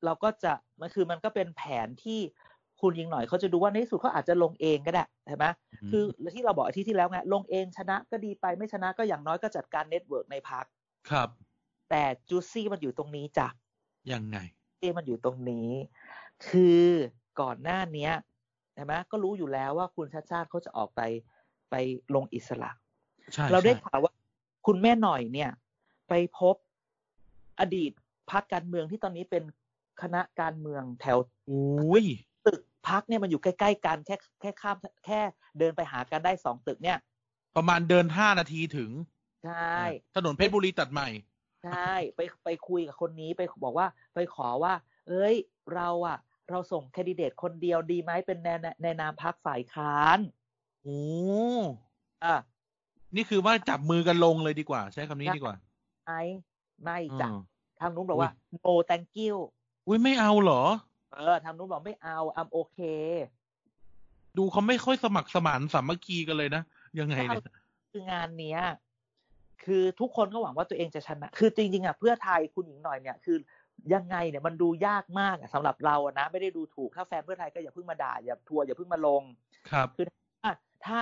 เราก็จะมันคือมันก็เป็นแผนที่คุณยิงหน่อยเขาจะดูว่าในที่สุดเขาอาจจะลงเองก็ได้ใช่ไหมคือที่เราบอกอาทิตย์ที่แล้วไงลงเองชนะก็ดีไปไม่ชนะก็อย่างน้อยก็จัดการเน็ตเวิร์กในพัก ครับ แต่จูซี่มันอยู่ตรงนี้จ้ะ ยังไง เจมันอยู่ตรงนี้ คือก่อนหน้าเนี้ยใช่ไหมก็รู้อยู่แล้วว่าคุณชาติชาติเขาจะออกไปไปลงอิสระ ใช่ เราได้ ใช่ ข่าวว่าคุณแม่หน่อยเนี่ย ไปพบอดีตพักการเมืองที่ตอนนี้เป็นคณะการเมืองแถว โอ้ย ตึกพักเนี่ยมันอยู่ใกล้ๆกันแค่แค่ข้ามแค่เดินไปหากันได้สองตึกเนี่ย ประมาณเดินห้านาทีถึง ใช่ ถนนเพชรบุรีตัดใหม่ ใช่ไปไปคุยกับคนนี้ไปบอกว่าไปขอว่า เอ้ย เราอะเราส่งแคนดิเดตคนเดียวดีไหมเป็นในในนามพักฝ่ายค้าน โอ้ อ่ะ นี่คือว่าจับมือกันลงเลยดีกว่า ใช้คำนี้ดีกว่า ไอ้ไม่จ้ะ อืม ทางนู้นบอกว่า อุ๊ no thank you อุ้ยไม่เอาเหรอ เออทางนู้นบอกไม่เอา I'm okay ดูเขาไม่ค่อยสมัครสมานสามัคคีกันเลยนะ ยังไงเนี่ย คืองานเนี้ย คือทุกคนก็หวังว่าตัวเองจะชนะ คือจริงๆอ่ะเพื่อไทยคุณหญิงหน่อยเนี่ย คือยังไงเนี่ยมันดูยากมากอะสำหรับเราอะนะ ไม่ได้ดูถูกถ้าแฟนเพื่อไทยก็อย่าเพิ่งมาด่าอย่าทัวร์อย่าเพิ่งมาลง ครับ อ่ะถ้า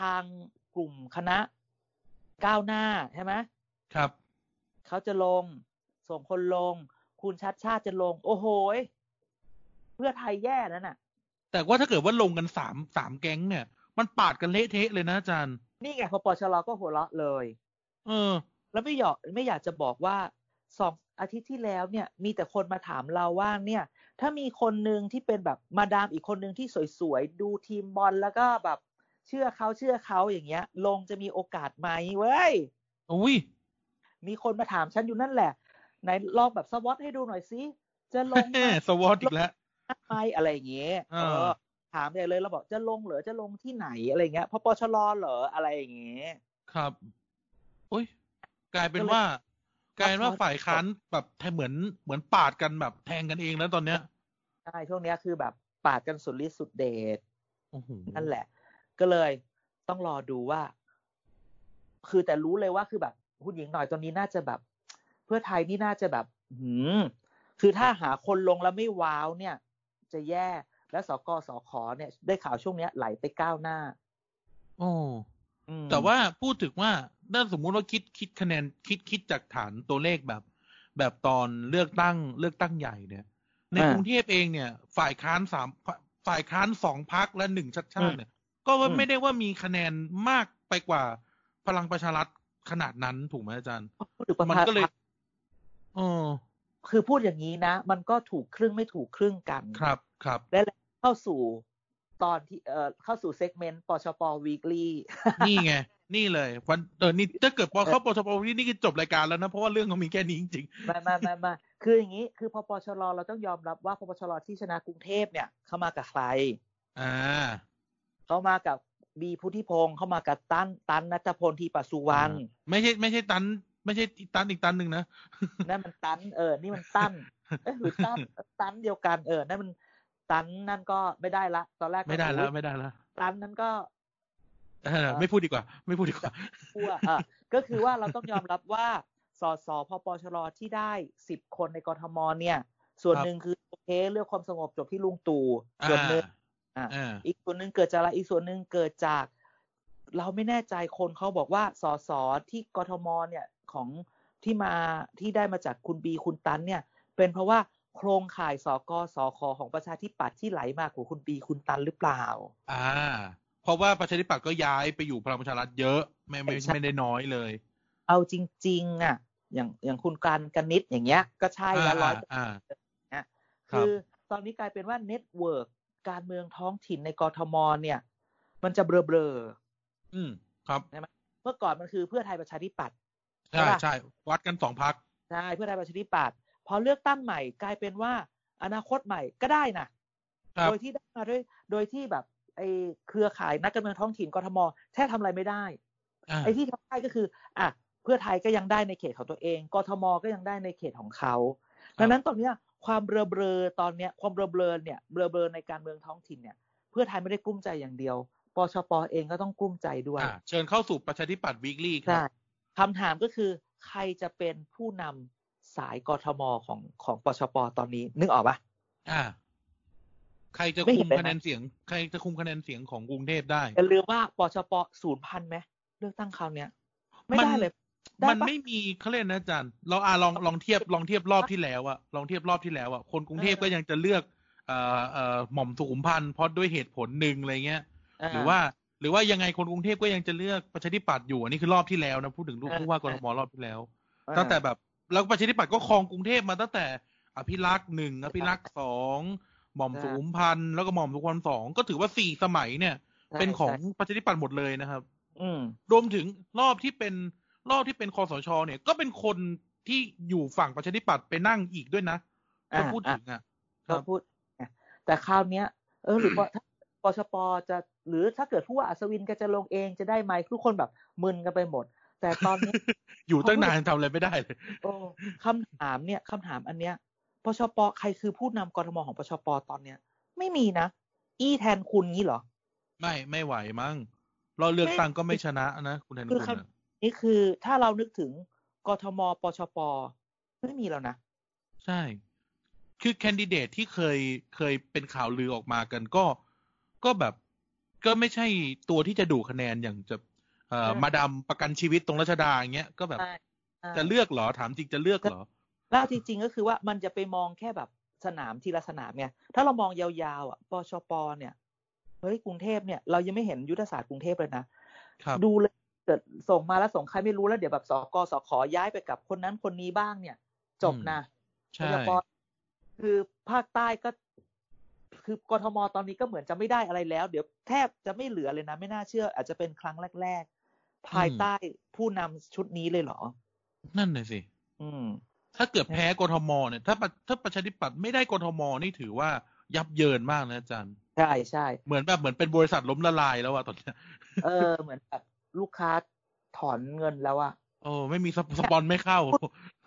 ทางกลุ่มคณะก้าวหน้าใช่ไหม ครับ เขาจะลง ส่งคนลง คุณชัดชาติจะลง โอ้โหยเพื่อไทยแย่นั่นน่ะ แต่ว่าถ้าเกิดว่าลงกันสามสามแก๊งเนี่ย มันปาดกันเละเทะเลยนะอาจารย์ นี่ไงพอปชรก็หัวเราะเลย เออ แล้วไม่อยากไม่อยากจะบอกว่าสองอาทิตย์ที่แล้วเนี่ย มีแต่คนมาถามเราว่าเนี่ย ถ้ามีคนหนึ่งที่เป็นแบบมาดามอีกคนหนึ่งที่สวยๆ ดูทีมบอลแล้วก็แบบเชื่อเขาเชื่อเขาอย่างเงี้ย ลงจะมีโอกาสไหมเว้ย อุ้ย มีคนมาถามฉันอยู่นั่นแหละไหนลองแบบสวอตให้ดูหน่อยสิจะลงไหม สวอตอีกแล้ว ไหม่ อะไรอย่างเงี้ย เออ เออถามเลยเลยเราบอกจะลงเหรอจะลงที่ไหนอะไรเงี้ยพอปชรเหรออะไรอย่างเงี้ย ครับโอ้ย กลายเป็น ก็เลย ว่า กลายเป็นว่า ซับซ้อน ฝ่ายค้านแบบแทนเหมือนเหมือนปาดกันแบบแทงกันเองแล้วตอนเนี้ย ใช่ช่วงเนี้ยคือแบบปาดกันสุดฤทธิ์สุดเดช โอ้โห นั่นแหละ ก็เลยต้องรอดูว่า คือแต่รู้เลยว่าคือแบบคุณหญิงหน่อยตอนนี้น่าจะแบบ เพื่อไทยนี่น่าจะแบบ หืมคือถ้าหาคนลงแล้วไม่ว้าวเนี่ย จะแย่แล้วสกสขเนี่ย ได้ข่าวช่วงเนี้ยไหลไปก้าวหน้า โอ้ อืม แต่ว่าพูดถึงว่าถ้าสมมุติว่าคิดคิดคะแนนคิดคิดจากฐานตัวเลขแบบ แบบตอนเลือกตั้งเลือกตั้งใหญ่เนี่ย ในกรุงเทพเองเนี่ย ฝ่ายค้านสามฝ่ายค้านสองพักและหนึ่งชัดชาติเนี่ย ก็ว่าไม่ได้ว่ามีคะแนนมากไปกว่าพลังประชารัฐขนาดนั้นถูกไหมอาจารย์ พูดถึงประ มัน ธาน ก็เลยเออ คือพูดอย่างนี้นะ มันก็ถูกครึ่งไม่ถูกครึ่งกัน ครับครับ และแล้วเข้าสู่ตอนที่เอ่อเข้าสู่เซกเมนต์ปชป weekly นี่ไง นี่เลยวันเออนี่ถ้าเกิดพอเข้าปชปนี่นี่คือจบรายการแล้วนะเพราะว่าเรื่องเขามีแค่นี้จริง ไมามามามาคืออย่างนี้ คือพอปชรเราต้องยอมรับว่าพอปชรที่ชนะกรุงเทพเนี่ย เขามากับใคร ๆ อ่า เขามากับบีพุทธิพงศ์เขามากับตั้นตั้นนัทพลทีปสุวรรณ ไม่ใช่ไม่ใช่ตัน ไม่ใช่อีกตันอีกตันหนึ่งนะ นั่นมันตั้นเออ นี่มันตั้นเอ้ยหรือตั้นตั้นเดียวกันเออนั่นมันตั้นนั่นก็ไม่ได้ละ ตอนแรกก็ ไม่ได้แล้ว อุ๊ย ไม่ได้แล้ว ตั้นนั่นก็ เออไม่พูดดีกว่า ไม่พูดดีกว่า พัวอ่ะก็คือว่าเราต้องยอมรับว่าสสพปชรที่ได้สิบคนในกรทมเนี่ย ส่วน ครับ หนึ่งคือโอเคเรื่องความสงบจบที่ลุงตู่ส่วนหนึ่ง อ่า อ่า อีกส่วนหนึ่งเกิดจากอะไรอีกส่วนหนึ่งเกิดจาก เราไม่แน่ใจคนเขาบอกว่าสสที่กทมเนี่ยของที่มาที่ได้มาจากคุณบีคุณตันเนี่ย เป็นเพราะว่าโครงข่ายสกสคของประชาธิปัตย์ที่ไหลมาของคุณบีคุณตันหรือเปล่า อ่า เพราะว่าประชาธิปัตย์ก็ย้ายไปอยู่พลังประชารัฐเยอะไม่ไม่ไม่ได้น้อยเลย เอาจริงๆอ่ะอย่างอย่างคุณการกนิษฐ์อย่างเงี้ย ก็ใช่ อ่า ละร้อย อ่า ครับ คือ ตอนนี้กลายเป็นว่าเน็ตเวิร์กการเมืองท้องถิ่นในกรทมเนี่ย มันจะเบลอเบลอ อืมครับ ๆเมื่อก่อนมันคือเพื่อไทยประชาธิปัตย์ ใช่ ใช่ปะ ใช่วัดกันสองพัก ใช่เพื่อไทยประชาธิปัตย์พอเลือกตั้งใหม่กลายเป็นว่าอนาคตใหม่ก็ได้นะครับ โดยที่ได้มาด้วยโดยที่แบบไอ้เครือข่ายนักการเมืองท้องถิ่นกทมแทบทำอะไรไม่ได้ า ไอ้ที่ทำได้ก็คืออ่ะเพื่อไทยก็ยังได้ในเขตของตัวเองกทมก็ยังได้ในเขตของเขาดังนั้นตอนเนี้ยความเบลอเบลอๆตอนเนี้ยความเบลอเบลอๆเนี่ยเบลอเบลอๆในการเมืองท้องถิ่นเนี่ย เพื่อไทยไม่ได้กลุ้มใจอย่างเดียวปชปเองก็ต้องกลุ้มใจด้วย อ่าเชิญเข้าสู่ประชาธิปัตย์วีคลี่ค ใช่ รับ คำถามก็คือใครจะเป็นผู้นำสายกทมของของปชปตอนนี้ นึกออกปะ อ่า ใครจะ ไม่เห็ คุ น ม เลยนะ คะแนนเสียง ใครจะคุมคะแนนเสียงของกรุงเทพได้ อย่าลืมว่าปชปศูนย์พันไหมเลือกตั้งคราวเนี้ยไม่ได้เลย ได้ปะ มันไม่มีเขาเรียกนะอาจารย์ เราอ่าลองลองเทียบลองเทียบรอบที่แล้วอะลองเทียบรอบที่แล้วอะคนกรุงเทพก็ยังจะเลือกเอ่อเอ่อหม่อมสุขุมพันธ์เพราะด้วยเหตุผลหนึ่งอะไรเงี้ย หรือว่า หรือว่ายังไงคนกรุงเทพก็ยังจะเลือกประชาธิปัตย์อยู่อันนี้คือรอบที่แล้วนะพูดถึงลูก เออ ผู้ว่ากรทมรอบที่แล้ว เออ ตั้งแต่แบบแล้วประชาธิปัตย์ก็ครองกรุงเทพมาตั้งแต่ อภิรักษ์หนึ่งอภิรักษ์สองหม่อม ใช่ สุขุมพันธ์แล้วก็หม่อมสุขุมพันธ์สองก็ถือว่าสี่สมัยเนี่ย ใช่ เป็นของ ใช่ ประชาธิปัตย์หมดเลยนะครับ อืม รวมถึงรอบที่เป็นรอบที่เป็นคอสชเนี่ย ก็เป็นคนที่อยู่ฝั่งประชาธิปัตย์ไปนั่งอีกด้วยนะถ้า อ่า พูดถึงอ่ะ ครั ก็ บ พูดไงแต่คราวเนี้ย เออหรือว่าถ้าปชปจะหรือถ้าเกิดผู้ว่าอัศวินแก็จะลงเองจะได้ไหมทุกคนแบบมึนกันไปหมด แต่ตอนเนี้ย อยู่ตั้งนานทำอะไรไม่ได้เลย โอ้คำถามเนี่ยคำถามอันเนี้ยปชปใครคือผู้นำกรทมของปชปตอนเนี้ย ไม่มีนะ อีแทนคุณงี้เหรอ ไม่ไม่ไหวมั้งรอบเลือกตั้งก็ไม่ชนะนะคุณแทน คื คุ อ ณ คำ อะ นี่คือถ้าเรานึกถึงกทมปชปไม่มีแล้วนะ ใช่ คือแคนดิเดตที่เคยเคยเป็นข่าวลือออกมากันก็ก็แบบ ก็ไม่ใช่ตัวที่จะดูคะแนนอย่างจะเอ่อ ใช่ มาดามประกันชีวิตตรงรัชดาอย่างเงี้ยก็แบบ ใช่ใช่ จะเลือกเหรอถามจริงจะเลือกเหรอ แล้วเอาจริงๆก็คือว่ามันจะไปมองแค่แบบสนามทีละสนามไงถ้าเรามองยาวๆอ่ะปชปเนี่ยเฮ้ยกรุงเทพเนี่ยเรายังไม่เห็นยุทธศาสตร์กรุงเทพเลยนะครับ ดูเลยเกิดส่งมาแล้วส่งใครไม่รู้แล้วเดี๋ยวแบบสกสขย้ายไปกับคนนั้นคนนี้บ้างเนี่ย จบนะป ใช่ ชปคือภาคใต้ก็ คือกทมตอนนี้ก็เหมือนจะไม่ได้อะไรแล้ว เดี๋ยวแทบจะไม่เหลือเลยนะ ไม่น่าเชื่อ อาจจะเป็นครั้งแรกๆ ภายใต้ผู้นำชุดนี้เลยเหรอ นั่นเลยสิ อืม ถ้าเกิดแพ้กทมเนี่ยถ้าประถ้าประชาธิปัตย์ไม่ได้กทมนี่ถือว่ายับเยินมากนะอาจารย์ ใช่ใช่ เหมือนแบบเหมือนเป็นบริษัทล้มละลายแล้วอะตอนเนี้ย เออเหมือนแบบลูกค้าถอนเงินแล้วอะ โอ้ไม่มีสปสปอนไม่ เข้า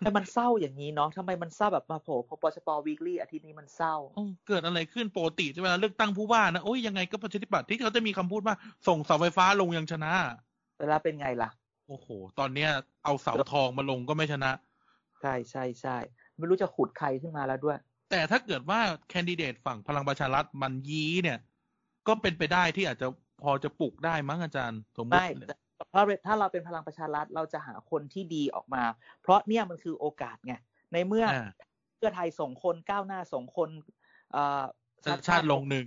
ทำไมมันเศร้าอย่างนี้เนาะทำไมมันเศร้าแบบมาโผล่พอปชปวีคลี่อาทิตย์นี้มันเศร้า โอ้เกิดอะไรขึ้นปกติเวลาเลือกตั้งผู้ว่านะโอ้ยยังไงก็ประชาธิปัตย์ที่เขาจะมีคำพูดว่าส่งเสาไฟฟ้าลงยังชนะ เวลาเป็นไงล่ะ โอ้โห ตอนเนี้ยเอาเสาทองมาลงก็ไม่ชนะ ใช่ใช่ใช่ไม่รู้จะขุดใครขึ้นมาแล้วด้วย แต่ถ้าเกิดว่าแคนดิเดตฝั่งพลังประชารัฐมันยี้เนี่ย ก็เป็นไปได้ที่อาจจะพอจะปลุกได้มั้งอาจารย์สมมติ ไม่แต่เพราะถ้าเราเป็นพลังประชารัฐเราจะหาคนที่ดีออกมา เพราะเนี่ยมันคือโอกาสไง ในเมื่ออ อ่า เพื่อไทยส่งคนก้าวหน้าส่งคนเอ่อ ชาติลงหนึ่ง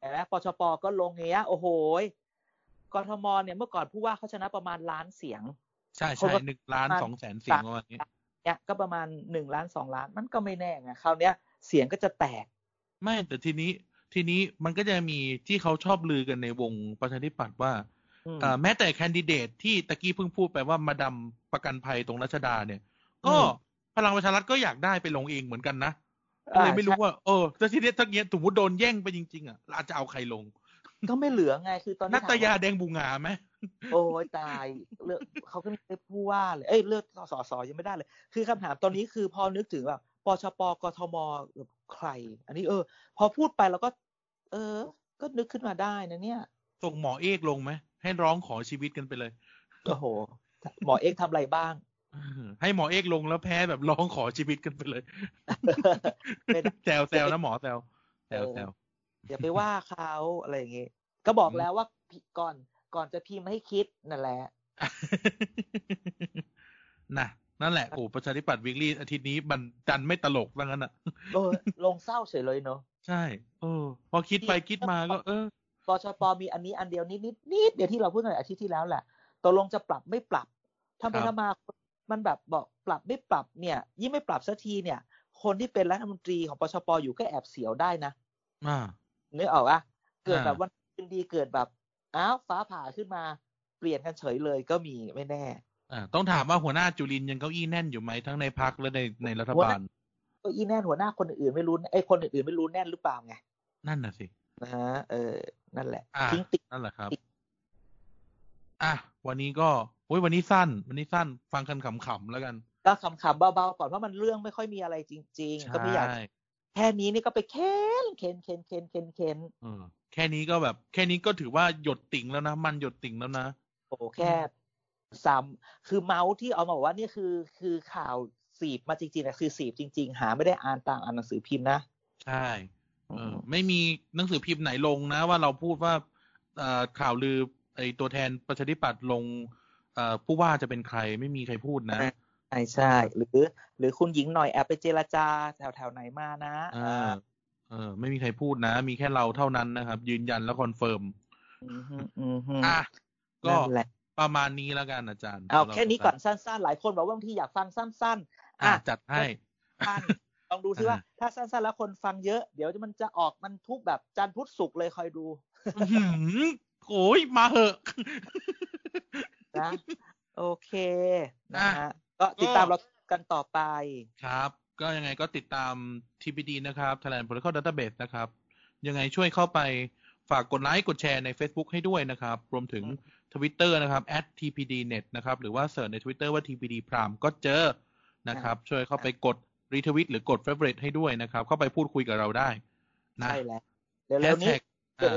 เห็นไหมปชปก็ลงเงี้ยโอ้โหยกทมเนี่ยเมื่อก่อนผู้ว่าเขาชนะประมาณล้านเสียง ใช่ คน ใช่ ก็ หนึ่งล้าน ประมาณ สองแสนเสียง สาม ประมาณนี้ เนี่ยก็ประมาณหนึ่งล้านสองล้านมันก็ไม่แน่ไงคราวเนี้ยเสียงก็จะแตก ไม่แต่ทีนี้ทีนี้มันก็จะมีที่เขาชอบลือกันในวงประชาธิปัตย์ว่า อืม เอ่อแม้แต่แคนดิเดตที่ตะกี้เพิ่งพูดไปว่ามาดำประกันภัยตรงรัชดาเนี่ย ก็ อืม พลังประชารัฐก็อยากได้ไปลงเองเหมือนกันนะก็เลยไม่รู้ว่าเออแต่ทีเนี้ยถ้าเงี้ยสมมติโดนแย่งไปจริง ๆอ่ะเราจะเอาใครลง ก็ไม่เหลือไงคือตอน นั นี้ ตยาแดงบูงาไหม โอ้ยตายเลือกเขาก็ไม่ได้ผู้ว่าเลยเอ้ยเลือกสสยังไม่ได้เลย คือคำถามตอนนี้คือพอนึกถึงแบบปชปกทมแบบใคร อันนี้เออ พอพูดไปแล้วก็ เออ ก็นึกขึ้นมาได้นะเนี่ย ส่งหมอเอกลงไหมให้ร้องขอชีวิตกันไปเลย โอ้โห หมอเอกทำอะไรบ้าง ให้หมอเอกลงแล้วแพ้แบบร้องขอชีวิตกันไปเลย ไม่ได้ แซวแซวนะหมอแซวแซวแซว อย่าไปว่าเขาอะไรอย่างเงี้ยก็บอกแล้วว่าก่อนก่อนจะพิมพ์ให้คิดนั่นแหละ นะนั่นแหละโอ้ประชาธิปัตย์วิกฤตอาทิตย์นี้มันจันไม่ตลกว่างั้นอ่ะ โอ้ยลงเศร้าเฉยเลยเนาะ ใช่เออ พอคิดไปคิดมาก็ เออ ปชปมีอันนี้อันเดียวนิดนิดนิดเดียวที่เราพูดในอาทิตย์ที่แล้วแหละตกลงจะปรับไม่ปรับทำไป ครับ ทำมามันแบบบอกปรับไม่ปรับเนี่ย ยิ่งไม่ปรับสักทีเนี่ย คนที่เป็นรัฐมนตรีของปชปอยู่ก็แอบเสียวได้นะ อ่า นึกออกปะเกิดแบบ อ่า วันคืนดีเกิดแบบอ้าวฟ้าผ่าขึ้นมาเปลี่ยนกันเฉยเลยก็มีไม่แน่ อ่าต้องถามว่าหัวหน้าจุลินยังเก้าอี้แน่นอยู่ไหมทั้งในพักและในในรัฐบาล ก็อีแน่นหัวหน้าคนอื่นไม่รู้ไอ้ยคนอื่นๆไม่รู้แน่นหรือเปล่าไง นั่นน่ะสิ นะฮะเออ นั่นแหละ อ่า ทิ้งติด นั่นแหละครับ ติด อ่ะวันนี้ก็โอ้ยวันนี้สั้น วันนี้สั้นฟังกันขำๆแล้วกัน ก็คำๆเบาๆก่อนเพราะมันเรื่องไม่ค่อยมีอะไรจริง ๆ ก็ไม่อยาก ใช่ แค่นี้นี่ก็ไปเค้นเค้นเค้นเค้นเค้นเค้น เออแค่นี้ก็แบบ แค่นี้ก็ถือว่าหยดติ่งแล้วนะ มันหยดติ่งแล้วนะ โอ้โหแค่ซ้ำคือเมาส์ที่เอามาบอกว่านี่คือคือข่าวสีบมาจริงๆนะคือสีบจริง ๆ หาไม่ได้อ่านตามอ่านหนังสือพิมพ์นะ ใช่ เออ ไม่มีหนังสือพิมพ์ไหนลงนะ ว่าเราพูดว่าเอ่อข่าวลือไอตัวแทนประชาธิปัตย์ลงเอ่อผู้ว่าจะเป็นใครไม่มีใครพูดนะ ใช่ใช่หรือ หรือคุณหญิงหน่อยแอบไปเจรจาแถวแถวๆไหนมานะ อ่า เออ ไม่มีใครพูดนะ มีแค่เราเท่านั้นนะครับ ยืนยันและคอนเฟิร์ม อืมฮึอืมฮึ อ่ะ ก็ นั่นแหละ ประมาณนี้แล้วกันอาจารย์ เอาแค่นี้ก่อนสั้นๆ หลายคนบอกว่าบางทีอยากฟังสั้นๆ อ่ะ อ่ะ จัดให้ สั้นลองดูซิว่า ถ้าสั้นๆ แล้วคนฟังเยอะ เดี๋ยวมันจะออกมันทุกแบบจันทร์พุธศุกร์เลยคอยดู อื้อหือโอ้ยมาเหอะ นะ โอเคนะ อ่ะ ฮะก็ติดตามเรากันต่อไป ครับ ก็ยังไงก็ติดตาม TPD นะครับ Thailand Protocol Database นะครับ ยังไงช่วยเข้าไปฝากกดไลค์กดแชร์ใน Facebook ให้ด้วยนะครับ รวมถึง Twitter นะครับ @tpdnet นะครับ หรือว่าเสิร์ชใน Twitter ว่า TPD Prime ก็เจอนะครับ ช่วยเข้าไปกดรีทวิตหรือกด Favorite ให้ด้วยนะครับ เข้าไปพูดคุยกับเราได้นะ ใช่แล้ว เดี๋ยวเร็วนี้ แฮชท็กอ่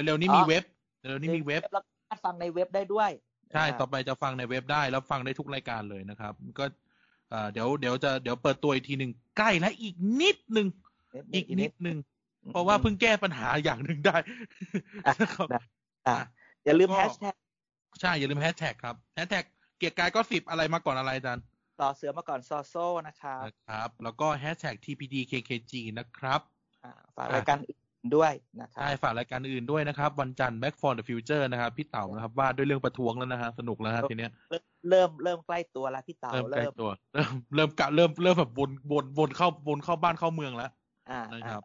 าเร็วๆนี้มีเว็บเร็วๆนี้มีเว็บ แล้วก็ฟังในเว็บได้ด้วย ใช่ นะ ต่อไปจะฟังในเว็บได้แล้วฟังได้ทุกรายการเลยนะครับ ก็เอ่อเดี๋ยวเดี๋ยวจะเดี๋ยวเปิดตัวอีกทีหนึ่งใกล้และอีกนิดหนึ่งอีกนิดหนึ่งเพราะว่าเพิ่งแก้ปัญหาอย่างหนึ่งได้ อ่ะ นะครับ อ่ะอย่าลืม ก็ แฮชแท็ก ใช่อย่าลืมแฮชแท็กครับแฮชแท็กเกียร์กายก็สิบอะไรมาก่อนอะไรอาจัน ต่อเสือมาก่อนซอโซ่นะครับ นะครับ แล้วก็แฮชแท็ก tpdkkg นะครับ อ่ะฝากรายการอื่นด้วยนะครั ใช่ บ ฝากรายการอื่นด้วยนะครับ วันจันทร์ back for the future นะครับ พี่เต๋านะครับว่าด้วยเรื่องประท้วงแล้วนะฮะสนุกแล้วฮะทีเนี้ย เริ่มเริ่มใกล้ตัวแล้วพี่เต๋า เริ่มใกล้ เริ่ม ตัว เริ่มเริ่มกะเริ่มเริ่มแบบวนวนวนเข้าวนเข้าบ้านเข้าเมืองแล้ว อ่า นะ อ่า ครับ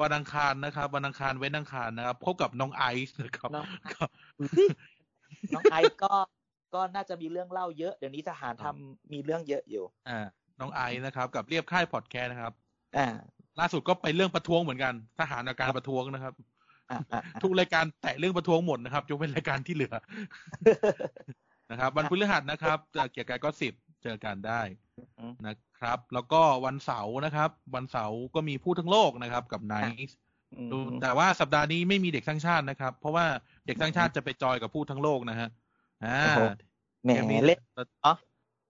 วันอังคารนะครับวันอังคารเว้นอังคารนะครับพบกับน้องไอซ์นะครับ น้อง ครับ น้องไอซ์ก็ ก็น่าจะมีเรื่องเล่าเยอะ เดี๋ยวนี้ทหาร ครับทำมีเรื่องเยอะอยู่ อ่าน้องไอซ์นะครับ กับเรียบค่ายพอดแคสต์นะครับ อ่า ล่าสุดก็ไปเรื่องประท้วงเหมือนกันทหารอาการประท้วงนะครับ อ่าอ่าอ่า ทุกรายการแตะเรื่องประท้วงหมดนะครับยกเว้นรายการที่เหลือนะครับ วันพฤหัสนะครับจากเกียร์กายก็สิบเจอกันได้ อืม นะครับ แล้วก็วันเสาร์นะครับ วันเสาร์ก็มีพูดทั้งโลกนะครับ กับไนซ์ อืม ดูแต่ว่าสัปดาห์นี้ไม่มีเด็กสร้างชาตินะครับ เพราะว่าเด็กสร้างชาติจะไปจอยกับผู้ทั้งโลกนะฮะอ่า แหม ดี๋ยวมี เล่น อ๋อ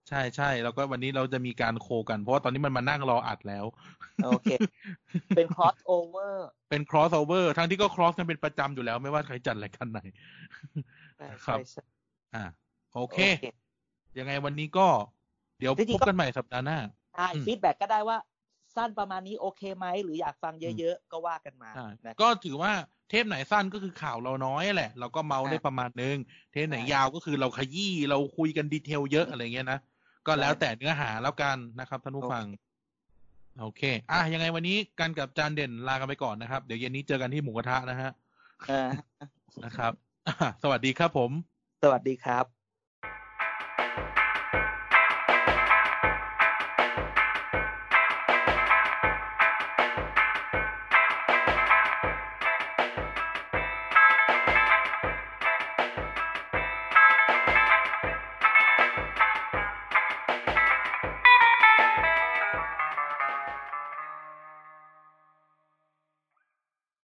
ใช่ใช่แล้วก็วันนี้เราจะมีการโคกัน เพราะว่าตอนนี้มันมานั่งรออัดแล้ว โอเค เป็น cross over เป็น cross over ทั้งที่ก็ cross กันเป็นประจำอยู่แล้วไม่ว่าใครจัดรายการไหน ใช่ ครั ใช่ บ ใช่ อ่าโอ โอ เค เค ยังไงวันนี้ก็ เดี๋ยว จริ พบงๆก็ กันใหม่สัปดาห์หน้า ใช่ อืม ฟีดแบ็กก็ได้ว่า สั้นประมาณนี้โอเคไหม หรืออยากฟังเยอะๆ ก็ว่ากันมา ใช่ นะครับ ก็ถือว่าเทปไหนสั้นก็คือข่าวเราน้อยแหละ เราก็เมาได้ ใช่ ประมาณนึง เทปไหน ใช่ ยาวก็คือเราขยี้เราคุยกันดีเทลเยอะอะไรเงี้ยนะ ก็แล้วแต่เนื้อหาแล้วกันนะครับท่านผู้ฟัง โอเค อ่ะยังไงวันนี้กันกับจานเด่นลากันไปก่อนนะครับ เดี๋ยวเย็นนี้เจอกันที่หมูกระทะนะฮะ อ่า นะครับอ่ะสวัสดีครับผม สวัสดีครับ